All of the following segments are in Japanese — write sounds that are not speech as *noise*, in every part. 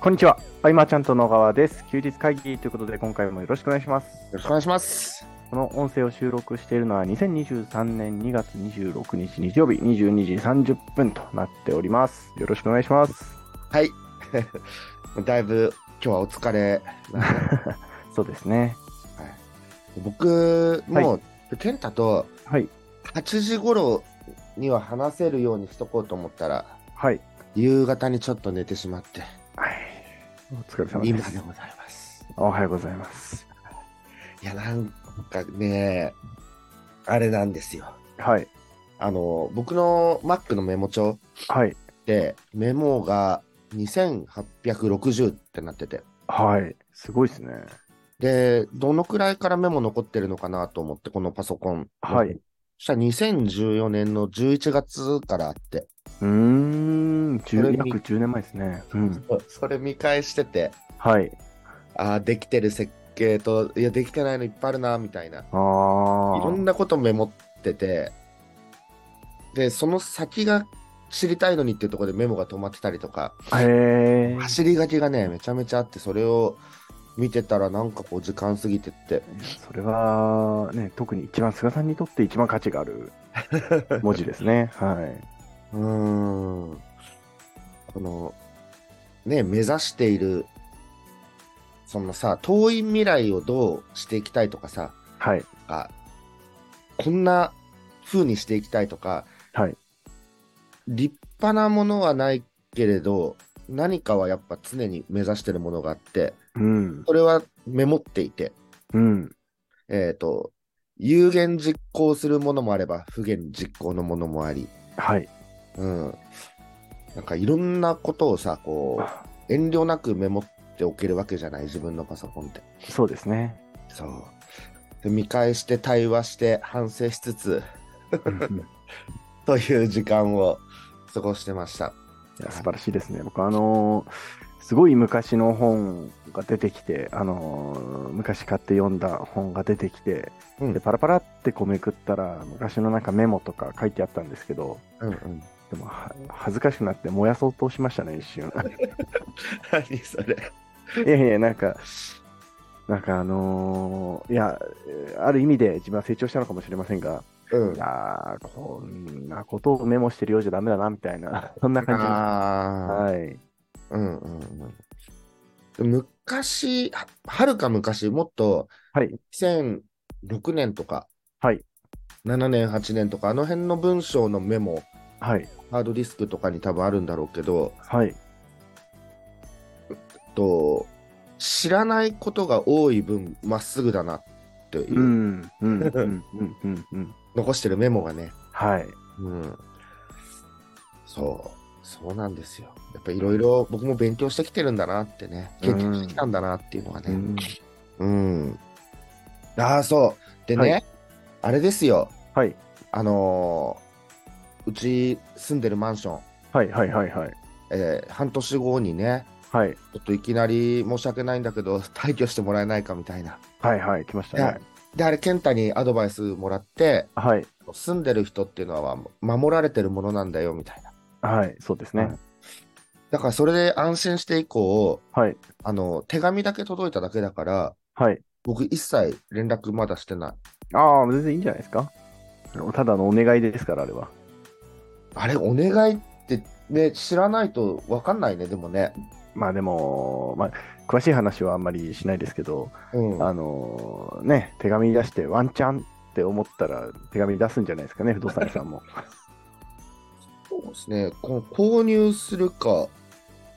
こんにちは。アイマーちゃんと野川です。休日会議ということで、今回もよろしくお願いします。よろしくお願いします。この音声を収録しているのは、2023年2月26日日曜日、22時30分となっております。よろしくお願いします。 *laughs* はい。 *laughs* だいぶ今日はお疲れ。そうですね。僕、もう、健太とはい。 8時頃には話せるようにしとこうと思ったら、はい。夕方にちょっと寝てしまって、はい、お疲れ様今で。ですございます。おはようございます。いや、なんかね、あれなんですよ。はい。あの、僕の Mac のメモ帳はい。でメモが2860ってなってて、はい。すごいですね。で、どのくらいからメモ残ってるのかなと思って、このパソコン。はい。うそしたら2014年の11月からあって、ーん。こ10れ約10年前ですね。うん。それ見返してて、はい。ああ、できてる設計と、いや、できてないのいっぱいあるな、みたいな。いあろんー。なことメモってて、で、その先が知りたいのにっていうところでメモが止まってたりとか、へー。走り書きがね、めちゃめちゃあって、それを見てたらなんかこう時間過ぎてって、それは、ね、特に一番菅さんにとって一番価値があ *laughs* る文字ですね。はい。うーん。この、ね、目指している、そのさ、遠い未来をどうしていきたいとかさ、はい。あ、こんな風にしていきたいとか、はい立派なものはないけれど、何かはやっぱ常に目指してるものがあって、うん。それはメモっていて、うん。えっ、と、有言実行するものもあれば、不言実行のものもあり、はい。うん。なんかいろんなことをさ、こう、遠慮なくメモっておけるわけじゃない、自分のパソコンって。そうですね。そう。で見返して、対話して、反省しつつ、うんという時間を過ごしてました。 *laughs* いや素晴らしいですね。僕、あのーすごい昔の本が出てきて、あのー昔買って読んだ本が出てきて、うんでパラパラってこうめくったら、昔のなんかメモとか書いてあったんですけど、うんうん。でもは恥ずかしくなって燃やそうとしましたね、一瞬。 *laughs* 何それ。いやいや、なんか、なんかあのーいや、えーある意味で自分は成長したのかもしれませんが、うんい。やーこんなことをメモしてるようじゃダメだな、みたいな、 *laughs* そんな感じです。ああ。はい。うんうんうん。で昔、ははるか昔、もっと、はい。 2006年とか、はい。 7年、8年とか、あの辺の文章のメモ、はい。ハードディスクとかに多分あるんだろうけど、はい。と知らないことが多い分、まっすぐだなっていう、うん。うん。うん。うん。うん。うん。残してるメモがね、はい。うん。そう、そうなんですよ。やっぱいろいろ僕も勉強してきてるんだなってね、経験してきたんだなっていうのがうね。んうん。ああ、そう。でね、はあれですよ、はい。あのーうち住んでるマンション、はい。はい。はい。はい。えー半年後にね、はい。ちょっといきなり申し訳ないんだけど、 *laughs* 退去してもらえないかみたいな。はい。はい。来ましたね。で、あれ、健太にアドバイスもらって、はい。住んでる人っていうのは守られてるものなんだよみたいな。はい。そうですね。だからそれで安心して以降、はい。あの、手紙だけ届いただけだから、はい。僕一切連絡まだしてない。ああ、全然いいんじゃないですか。ただのお願いですから、あれは。あれ、お願いってね、知らないと分かんないね、でもね。まあでも、まあ、詳しい話はあんまりしないですけど、うん。あのーね、手紙出してワンチャンって思ったら手紙出すんじゃないですかね、不動産屋さん *laughs* も。そうですね。この購入するか、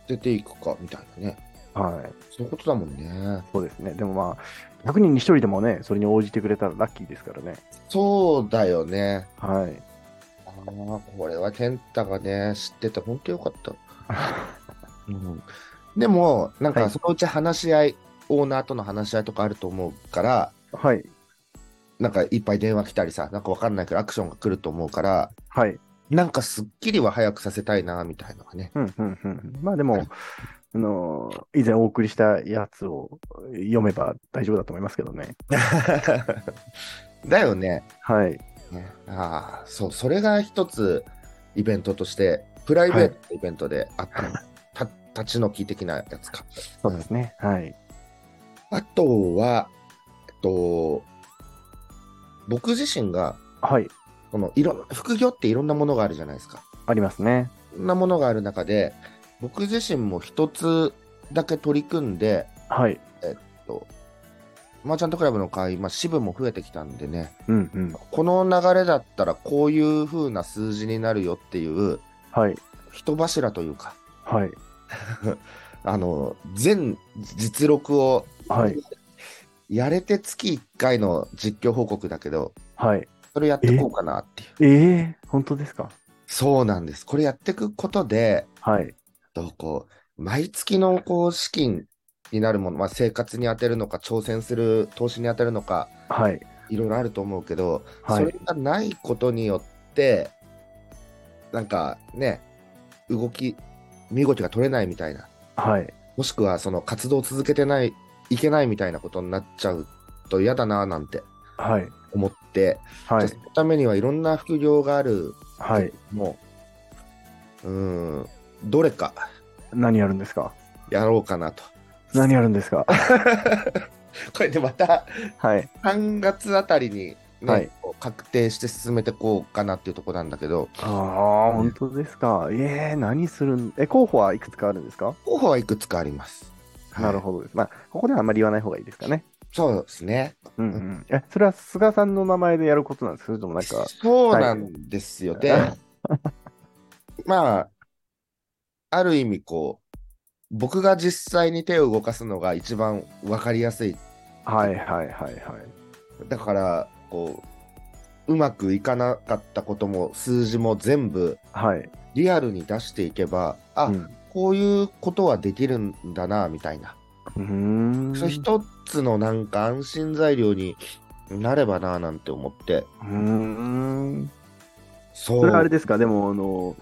出ていくか、みたいなね。はい、そういうことだもんね。そうですね。でもまあ、100人に1人でもね、それに応じてくれたらラッキーですからね。そうだよね。はい。 *laughs* ああ、これは健太がね、知ってて本当よかった。うん、でも、なんはかいそのうち話し合い、オーナーとの話し合いとかあると思うから、はい、なんかいっぱい電話来たりさ、なんかわかんないけどアクションが来ると思うから、はい。なんかすっきりは早くさせたいな、みたいなのがね。うん、うん、うん。まあでも、あのー以前お送りしたやつを読めば大丈夫だと思いますけどね。だよね。はい。ねああ、そう、それが一つイベントとして、プライベートのイベントであったの、た立ち退き的なやつか。そうですね。はい。あとは、えっと、僕自身が、はい。このいろ副業っていろんなものがあるじゃないですか。ありますね。いろんなものがある中で、僕自身も一つだけ取り組んで、はい。えっとマーチャントクラブの会、まあ、支部も増えてきたんでね、うんうん。この流れだったらこういう風な数字になるよっていう、はい。人柱というか、はい。あの、全実力をはい。やれて月1回の実況報告だけど、はい。それやっていこうかなっていう。ええー、本当ですかそうなんです。これやっていくことで、はい。どうこう、毎月のこう資金になるもの、まあ、生活に当てるのか、挑戦する、投資に当てるのか、はい。いろいろあると思うけど、はいそれがないことによって、なんかね、動き、身動きが取れないみたいな、はい。もしくはその活動を続けてない、いけないみたいなことになっちゃうと嫌だななんてはい。思って、はいじゃ。あそのためにはいろんな副業がある、はい。もう、うーん、どれか何やるんですかやろうかなと。何やるんです *laughs* かこれでまたはい。 3月あたりに、ねはいこう確定して進めてこうかなっていうところなんだけど、ああ、本当ですか。ええー、何するんえ、候補はいくつかあるんですか、候補はいくつかあります。なるほどです。まあ、ここではあんまり言わない方がいいですかね。ど。そうですね。うんうん。え、それは菅さんの名前でやることなんですかそれともなんか、そうなんですよ。いで、 *laughs* まあ、ある意味こう、僕が実際に手を動かすのが一番わかりやすい。はいはいはいはい。だから、こう、うまくいかなかったことも数字も全部はい。リアルに出していけば、あ、うんこういうことはできるんだな、みたいな。うーん。それ一つのなんか安心材料になればな、なんて思って。うーん。そう。それはあれですか、でも、あの、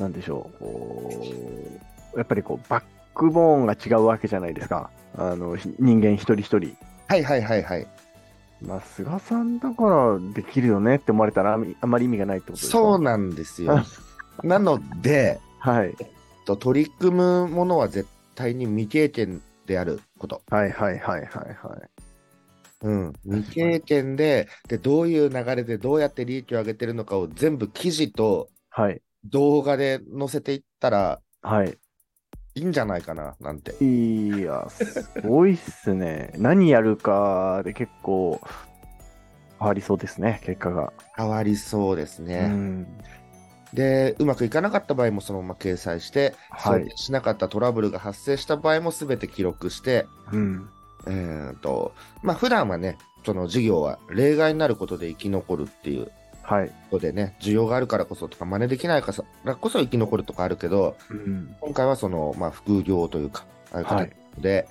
なんでしょう、こう、やっぱりこう、バックボーンが違うわけじゃないですか。あの、ひ人間一人一人。はいはいはいはい。まあ、菅さんだからできるよねって思われたらあみあんまり意味がないってことですかそうなんです *laughs* よ。なので、はい。えっと取り組むものは絶対に未経験であること。はいはいはいはいはい。うん、未経験でで、どういう流れでどうやって利益を上げてるのかを全部記事とはい。動画で載せていったらはい。いいんじゃないかななんて。いや、すごいっすね。何やるかで結構変わりそうですね、結果が。変わりそうですうね。ん。で、うまくいかなかった場合もそのまま掲載して、はい想定しなかったトラブルが発生した場合も全て記録して、うん。えーと、まあ普段はね、その事業は例外になることで生き残るっていうはい。ことでね、需要があるからこそとか、真似できないからこそ生き残るとかあるけど、うん。今回はその、まあ、副業というか、ああいうは形い。で、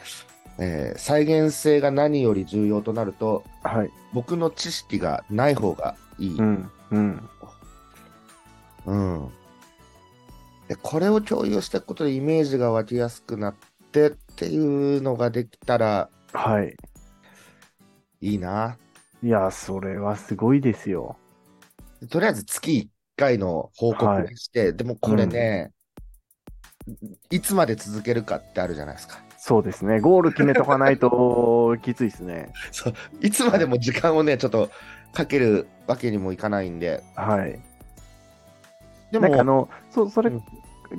えー再現性が何より重要となると、はい。僕の知識がない方がいい。うん。うん。うんでこれを共有していくことでイメージが湧きやすくなってっていうのができたらはい。いいな。いや、それはすごいですよ。とりあえず月1回の報告にして、でもこれね、いつまで続けるかってあるじゃないですか。そうですね。ゴール決めとかない *laughs* ときついですね。そういつまでも時間をね、ちょっとかけるわけにもいかないんで。はい。でなも、んかあの、そそれ、うん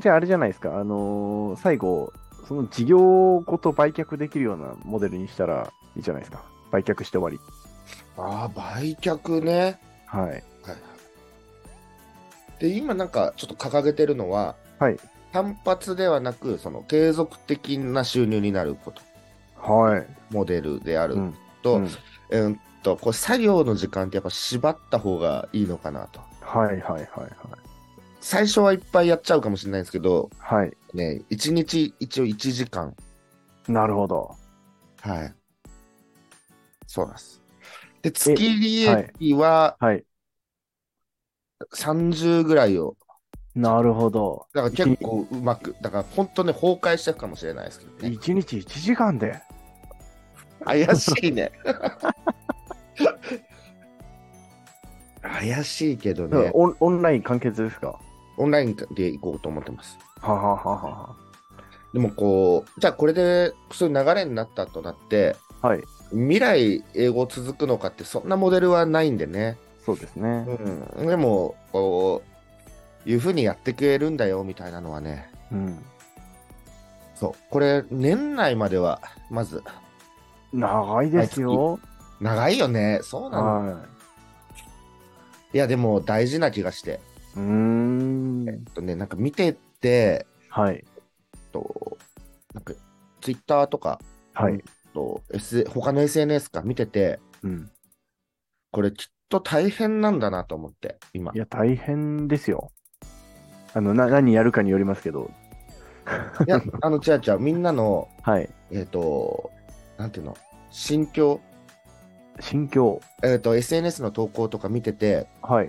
じゃああれじゃないですか、あのー最後、その事業ごと売却できるようなモデルにしたらいいじゃないですか。売却して終わり。あー売却ね。はい。はいはいで、今なんかちょっと掲げてるのは、はい。単発ではなく、その継続的な収入になること、はい。モデルであるうんと、うんえーっと、これ作業の時間ってやっぱ縛った方がいいのかなと。はいはいはい最初はいっぱいやっちゃうかもしれないんですけど、はい。はい。ね、1日一応1時間。なるほど。はい。そうなんです。で、月利益ははい。 30ぐらいを、なるほど。だから結構うまく、だから本当ね、崩壊していくかもしれないですけどね。 1日1時間で。怪し *laughs* いね。怪しいけどね、オンオンライン完結ですかオンラインで行こうと思ってます。ははははは。でもこう、じゃあこれでそういう流れになったとなって、はい、未来英語続くのかってそんなモデルはないんでね。そうですね。うん。でも、こう、いうふうにやってくれるんだよみたいなのはね。うん。そう。これ、年内までは、まず、長いですよ。長いよね。そうなの。はいや、でも大事な気がして。い。うーん。えっとね、なんか見てて、はい。えっと、なんか、ツイッターとか、はうんい。と S、他の SNS か見てて、うん。これきっと大変なんだなと思って、今い。や、大変ですよ。あの、な、何やるかによりますけど。いや、あの、ちゃちゃみんなの、はい。えっ、と、なんていうの、心境、心境。えっ、と、SNS の投稿とか見てて、はい。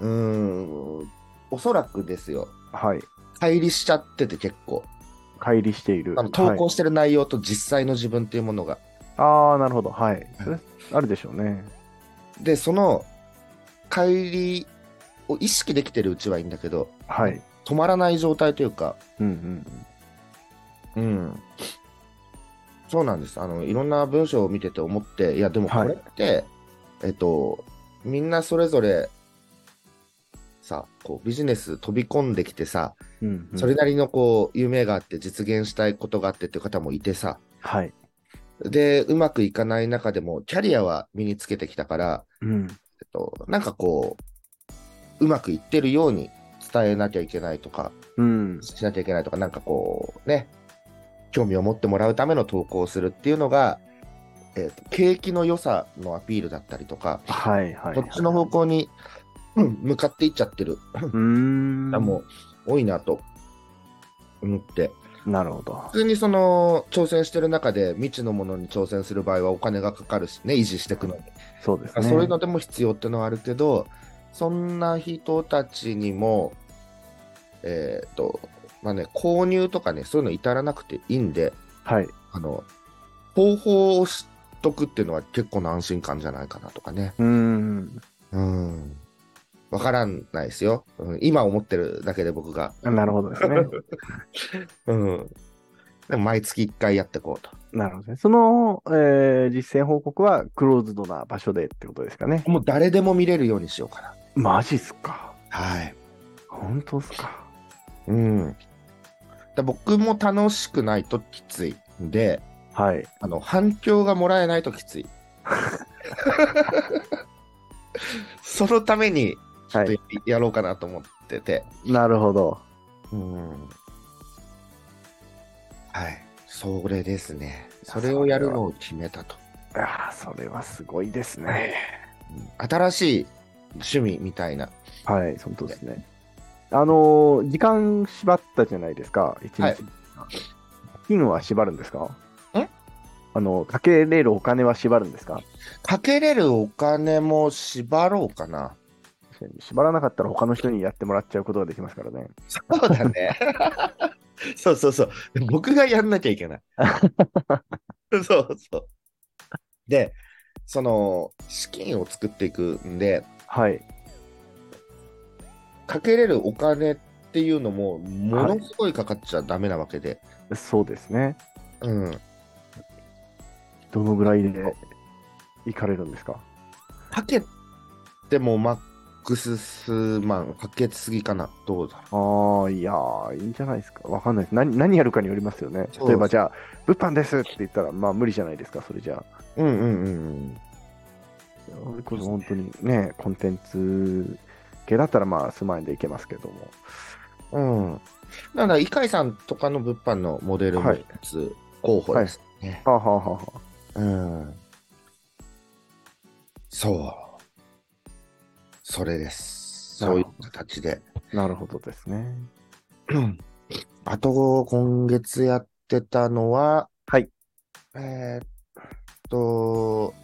うーん、おそらくですよ、はい。乖離しちゃってて結構、乖離している。あの投は稿いしてる内容と実際の自分っていうものが。ああ、なるほど。はい。それあるでしょうね。で、その、乖離を意識できてるうちはいいんだけど、はい。止まらない状態というか、うんうん。うん。そうなんです。あの、いろんな文章を見てて思って、いや、でもこはいれって、えっと、みんなそれぞれ、さ、こう、ビジネス飛び込んできてさ、うん、うん。それなりのこう、夢があって、実現したいことがあってっていう方もいてさ、はい。で、うまくいかない中でも、キャリアは身につけてきたから、うん。えっと、なんかこう、うまくいってるように伝えなきゃいけないとか、うん。しなきゃいけないとか、なんかこう、ね、興味を持ってもらうための投稿をするっていうのが、えーと景気の良さのアピールだったりとか、はいはい。こっちの方向に、うん向かっていっちゃってるうーん。方も多いなと思って、なるほど。普通にその挑戦してる中で未知のものに挑戦する場合はお金がかかるしね、維持していくのに。そうですね。そういうのでも必要ってのはあるけど、そんな人たちにも、えっ、と、まあね、購入とかね、そういうの至らなくていいんで、はい。あの、方法を知っとくっていうのは結構な安心感じゃないかなとかね。うーん。うん。わからんないですよ、うん。今思ってるだけで僕が。なるほどですね。うん。でも毎月1回やってこうと。なるほどね。その、えー実践報告はクローズドな場所でってことですかね。もう誰でも見れるようにしようかな。マジっすか。はい。本当っすか。うん。だ僕も楽しくないときついんで、はい。あの反響がもらえないとき *laughs* つい。そのためにちょっとや,、ろうかなと思ってて。なるほど。うんはい。それですね。それをやるのを決めたと。ああ、それはすごいですね。うん新しい趣味みたいな。はい、本当ですね。あのー時間縛ったじゃないですか、一日。はい金は縛るんですかんあの、かけれるお金は縛るんですかかけれるお金も縛ろうかな。縛らなかったら他の人にやってもらっちゃうことができますからね。そうだね。 *laughs* そうそうそう。僕がやんなきゃいけ *laughs* ない。そうそう。で、その、資金を作っていくんで、はい。かけれるお金っていうのも、ものすごいかかっちゃダメなわけで。そうですね。うん。どのぐらいで行かれるんですかかけてもマックス数万、かけすぎかな。どうだろああ、いやー、いいんじゃないですか。わかんないです。何何やるかによりますよね。そう例えば、じゃあ、物販ですって言ったら、まあ、無理じゃないですか、それじゃあ。う。うんうんうんそれこそ本当にね、コンテンツ系だったら、まあ、数万円でいけますけども。うん。うん。だから、イカイさんとかの物販のモデルもはい一つ候補ですね。はあ、はあはあはあ、うん。そう。それです。なるそういほどう形で。なるほどですね。あと、今月やってたのは、はい。えーっと、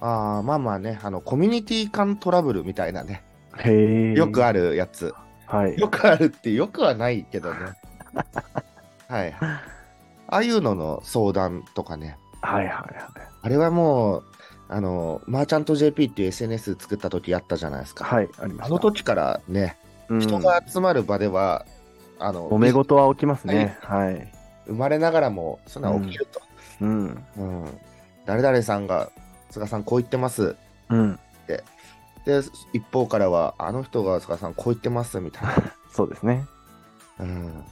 ああ、まあまあね、あの、コミュニティ間トラブルみたいなね、へえ。よくあるやつ。はい。よくあるってよくはないけ *laughs* どね。はい。ああいうのの相談とかね。はいはいはい。あれはもう、あの、マーチャント JP っていう SNS 作った時やったじゃないですか。はい、ありました。あの時からね、うん人が集まる場では、あの、揉め事は起きますね。はい。生まれながらも、そんなの起きると。うん。うん。誰々さんが、菅さんこう言ってます。うん。で、一方からは、あの人が菅さんこう言ってます、みたい *laughs* な。そうですね。うん。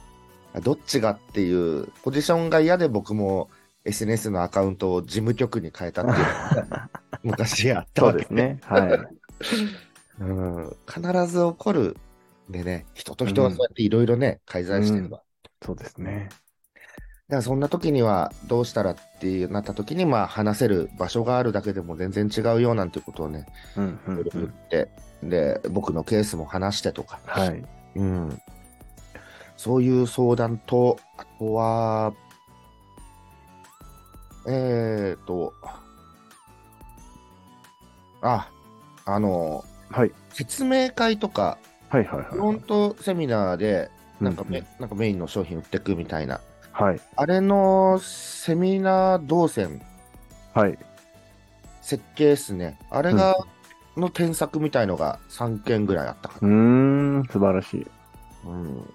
どっちがっていう、ポジションが嫌で僕も SNS のアカウントを事務局に変えたっていうのが昔あったそうわけですね。はい。うん、必ず起こるでね、人と人がそうやっていろいろね、介在してれば。そうですね。だからそんな時にはどうしたらってなった時に、まあ話せる場所があるだけでも全然違うよなんてことをね、うんうんいろいろう言 *laughs* ん。って、で、僕のケースも話してとか、はい。うん、そういう相談と、あとは、えーと、あ、あの、はい。説明会とか、はいはいフはロいン。トセミナーで、なんかメ,、うなんかメインの商品売ってくみたいな。はい。あれのセミナー動線、はい。設計ですね。あれが、の添削みたいのが3件ぐらいあったかうーん。素晴らしい。な。うん。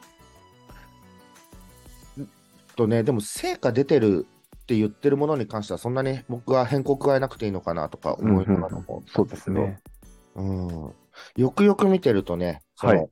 とね、でも成果出てるって言ってるものに関しては、そんなに僕は変更加えなくていいのかなとか思いながらも。そうですね。うん。よくよく見てるとね、そはいの、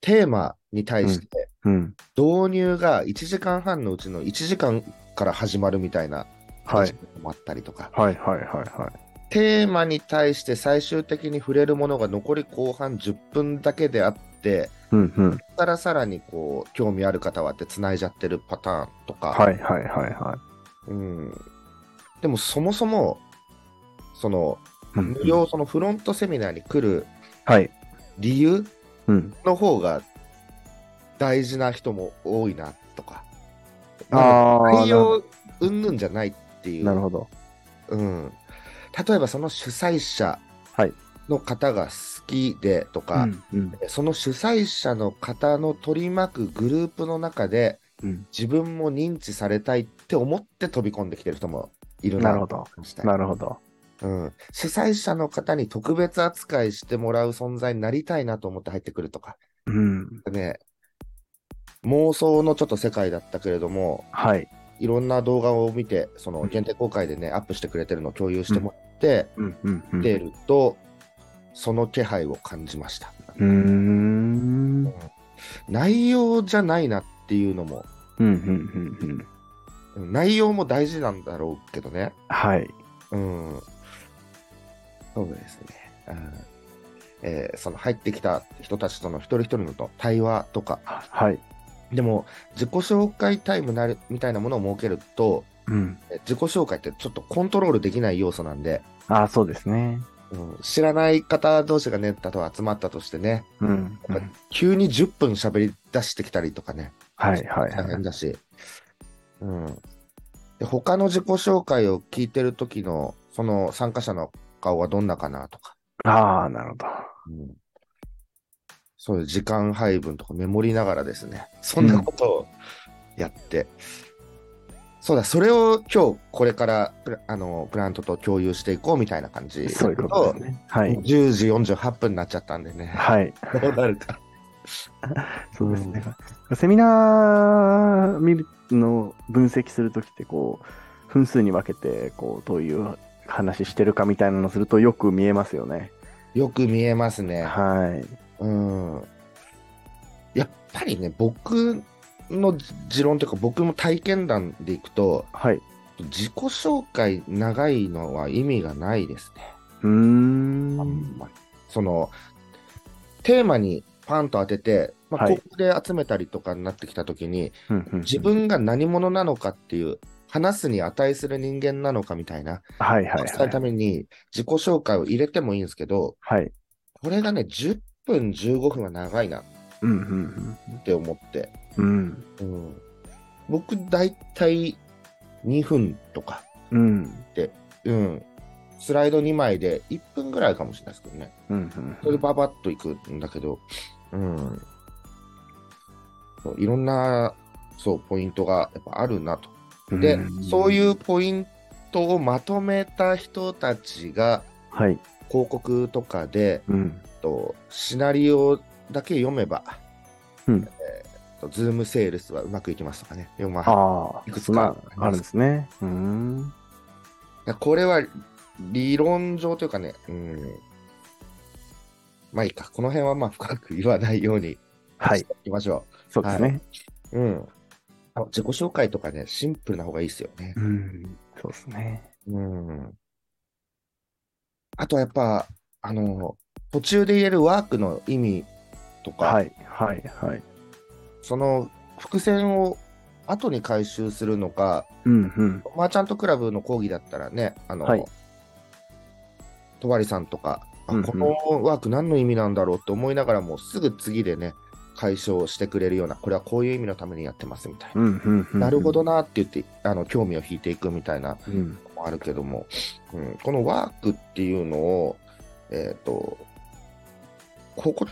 テーマに対して、うん。導入が1時間半のうちの1時間から始まるみたいなはい時。間もあったりとか、はいはいはいはい。テーマに対して最終的に触れるものが残り後半10分だけであって、うんうん。さらさらにこう興味ある方はってつないじゃってるパターンとか、はいはいはいはうん、でもそもそもそのい。うん無料そのフロントセミナーに来るはい。理由うん。の方が大事な人も多いなとか、あー内容うんぬんじゃないっていう。なるほど。うん、例えばその主催者はいの方が好きでとか、うんその主催者の方の取り巻くグループの中でうん。自分も認知されたいって思って飛び込んできてる人もいるななるほとど。感じたりなるほど。うん、主催者の方に特別扱いしてもらう存在になりたいなと思って入ってくるとか、うん。ね、妄想のちょっと世界だったけれども、はい。いろんな動画を見て、そうのん限定公開でね、アップしてくれてるのを共有してもらって、うんうんうん。出ると、その気配を感じました。うーん。うん内容じゃないなっていうのも、うんうんうん。内容も大事なんだろうけどね。はい。うん。そうですね。うんえーその入ってきた人たちとの一人一人のと対話とか、はい。でも自己紹介タイムなるみたいなものを設けると、うん。え自己紹介ってちょっとコントロールできない要素なんで、ああ、そうですね。うん知らない方同士がね、例えば集まったとしてね、うん。うやっぱん急に10分喋り出してきたりとかね、はいはい大は変い。だし、うん、で他の自己紹介を聞いてる時の、その参加者の顔はどんなかなとか、ああ、なるほど。うんそういう時間配分とかメモりながらですね、そんなことをやって、そうだ、それを今日これからプラあのプラントと共有していこうみたいな感じ。そういうことですね。はい。 10時48分になっちゃったんでね。はい。どうなるか。そうですね。セミナー見るの分析するときって、こう、分数に分けて、こう、どういう話してるかみたいなのするとよく見えますよね。よく見えますね。はい。うん。やっぱりね、僕の持論というか、僕も体験談でいくと、はい。自己紹介長いのは意味がないですね。うーあんん。まり。その、テーマにパンと当てて、まあ、はい広告で集めたりとかになってきたときに、自自分が何者なのかっていう、話すに値する人間なのかみたいな、はいはい伝えるたはい。めに自己紹介を入れてもいいんですけど、はい。これがね、10分、15分は長いなっうんうんて思って、うん。うん。うん、僕、だいたい2分とか、うん。うん、スライド2枚で1分ぐらいかもしれないですけどね、うんうんそれでババッといくんだけど、うん、そういろんなそうポイントがやっぱあるなと。うん。で、そうういん。うポイントをまとめた人たちが、はい。広告とかで、うん。えっとシナリオだけ読めば、うんえーと、ズームセールスはうまくいきますとかね。いやまあああ、いくつかまあ、あるんですね。うーん。いやこれは理論上というかね、うん。まあいいか、この辺はまあ深く言わないようにはしい、ていきましょそうですね。う。うん。あ自己紹介とかね、シンプルな方がいいですよね。うん、そうですね。うん。あとはやっぱ、あの、途中で言えるワークの意味とか、はい、はい、はい。その伏線を後に回収するのか、うん、うん。マーチャントクラブの講義だったらね、あの、はいとわりさんとか、あうんうんこのワーク何の意味なんだろうって思いながらも、すぐ次でね、解消してくれるような、これはこういう意味のためにやってますみたいな。うん、うん、うん。なるほど。なって言って、あの、興味を引いていくみたいなうん、のもあるけども、うん、このワークっていうのを、えっ、と、ここ、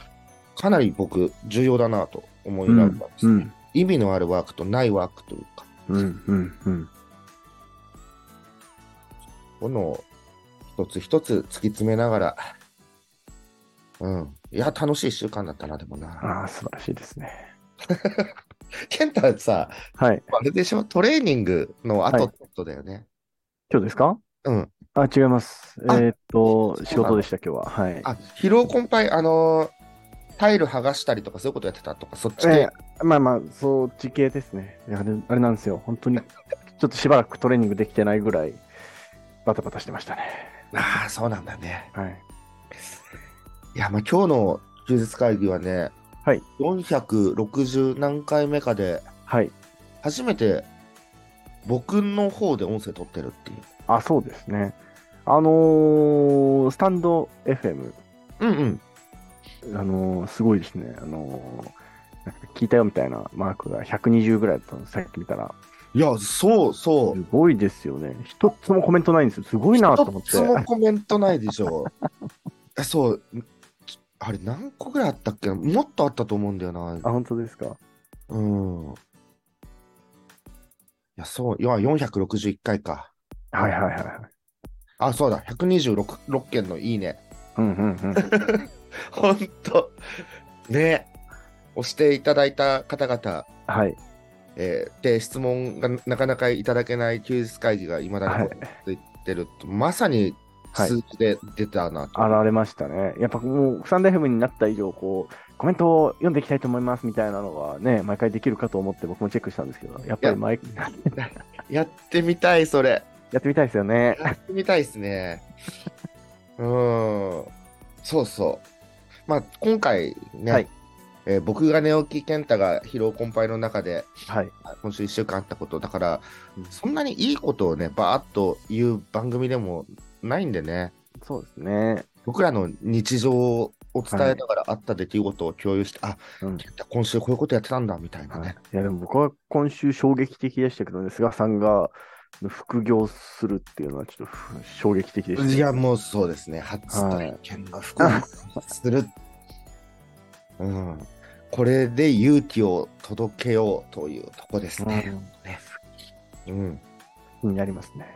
かなり僕、重要だなと思いながらですうね、ん、意味のあるワークとないワークというか、うん、うん、うん。このを一つ一つ突き詰めながら、うん。いや、楽しい週間だったな、でもな。ああ、素晴らしいですね。ケンタはさ、はい。あれでしょトレーニングの後ってことだよね。今日ですかうん。あ、違います。えあーっとそうなの、仕事でした、今日は。はい。あ、疲労困憊、あのータイル剥がしたりとかそういうことやってたとか、そっちえ系。ーまあまあ、そう、地形ですね。いやあれあれなんですよ。本当に、ちょっとしばらくトレーニングできてないぐらい、バタバタしてましたね。ああ、そうなんだね。はい。いや、まあ今日の休日会議はね、はい。 460何回目かで、はい。初めて僕の方で音声取ってるっていう。あ、そうですね。あのースタンド FM、うんうん。あのーすごいですね。あのーなんか聞いたよみたいなマークが120ぐらいだったの、さっき見たら。いや、そうそう。すごいですよね。一つもコメントないんですよ。すごいなと思って。一つもコメントないでしょ。 *laughs* えそう。あれ何個ぐらいあったっけもっとあったと思うんだよな。あ、本当ですか。うん。いや、そう。いや、461回か。はいはいはいはい。あ、そうだ。126 6件のいいね。うんうんうん。 *laughs* ほんと。ね。押していただいた方々。はい。えーで、質問がなかなかいただけない休日会議がいまだはにい続いてると、まさに数字で出たなと。現れましたね。やっぱもう、スタンド FM になった以上、こう、コメントを読んでいきたいと思いますみたいなのがね、毎回できるかと思って僕もチェックしたんですけど、やっぱり毎やってみたい、それ。 *laughs* やってみたいですよね。やってみたいですね。うーん。そうそう。まあ、今回ね、はいえー僕が寝起き健太が疲労困憊の中で、はい。今週1週間あったことだからうん、そんなにいいことをね、ばーっと言う番組でもないんでね、そうですね。僕らの日常を伝えながらあった出来事を共有して、うんあ、健太、今週こういうことやってたんだ、みたいなはいね。、いやでも僕は今週衝撃的でしたけどね、菅さんが副業するっていうのはちょっとふ衝撃的でしたね、いや、もうそうですね。初体験の服をする。うん。これで勇気を届けようというとこですね。うん。気になりますね。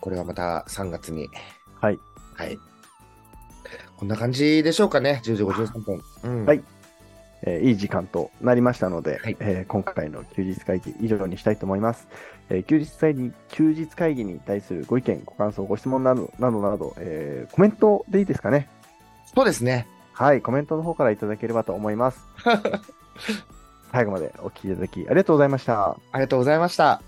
これはまた3月に。はい。はい。こんな感じでしょうかね。10時53分。うん。はいえーいい時間となりましたので、はいえー今回の休日会議以上にしたいと思います。えー休日会議休日会議に対するご意見、ご感想、ご質問などなどなど、えーコメントでいいですかね。そうですね。はい、コメントの方からいただければと *laughs* 思います。最後までお聞きいただきありがとうございました。ありがとうございました。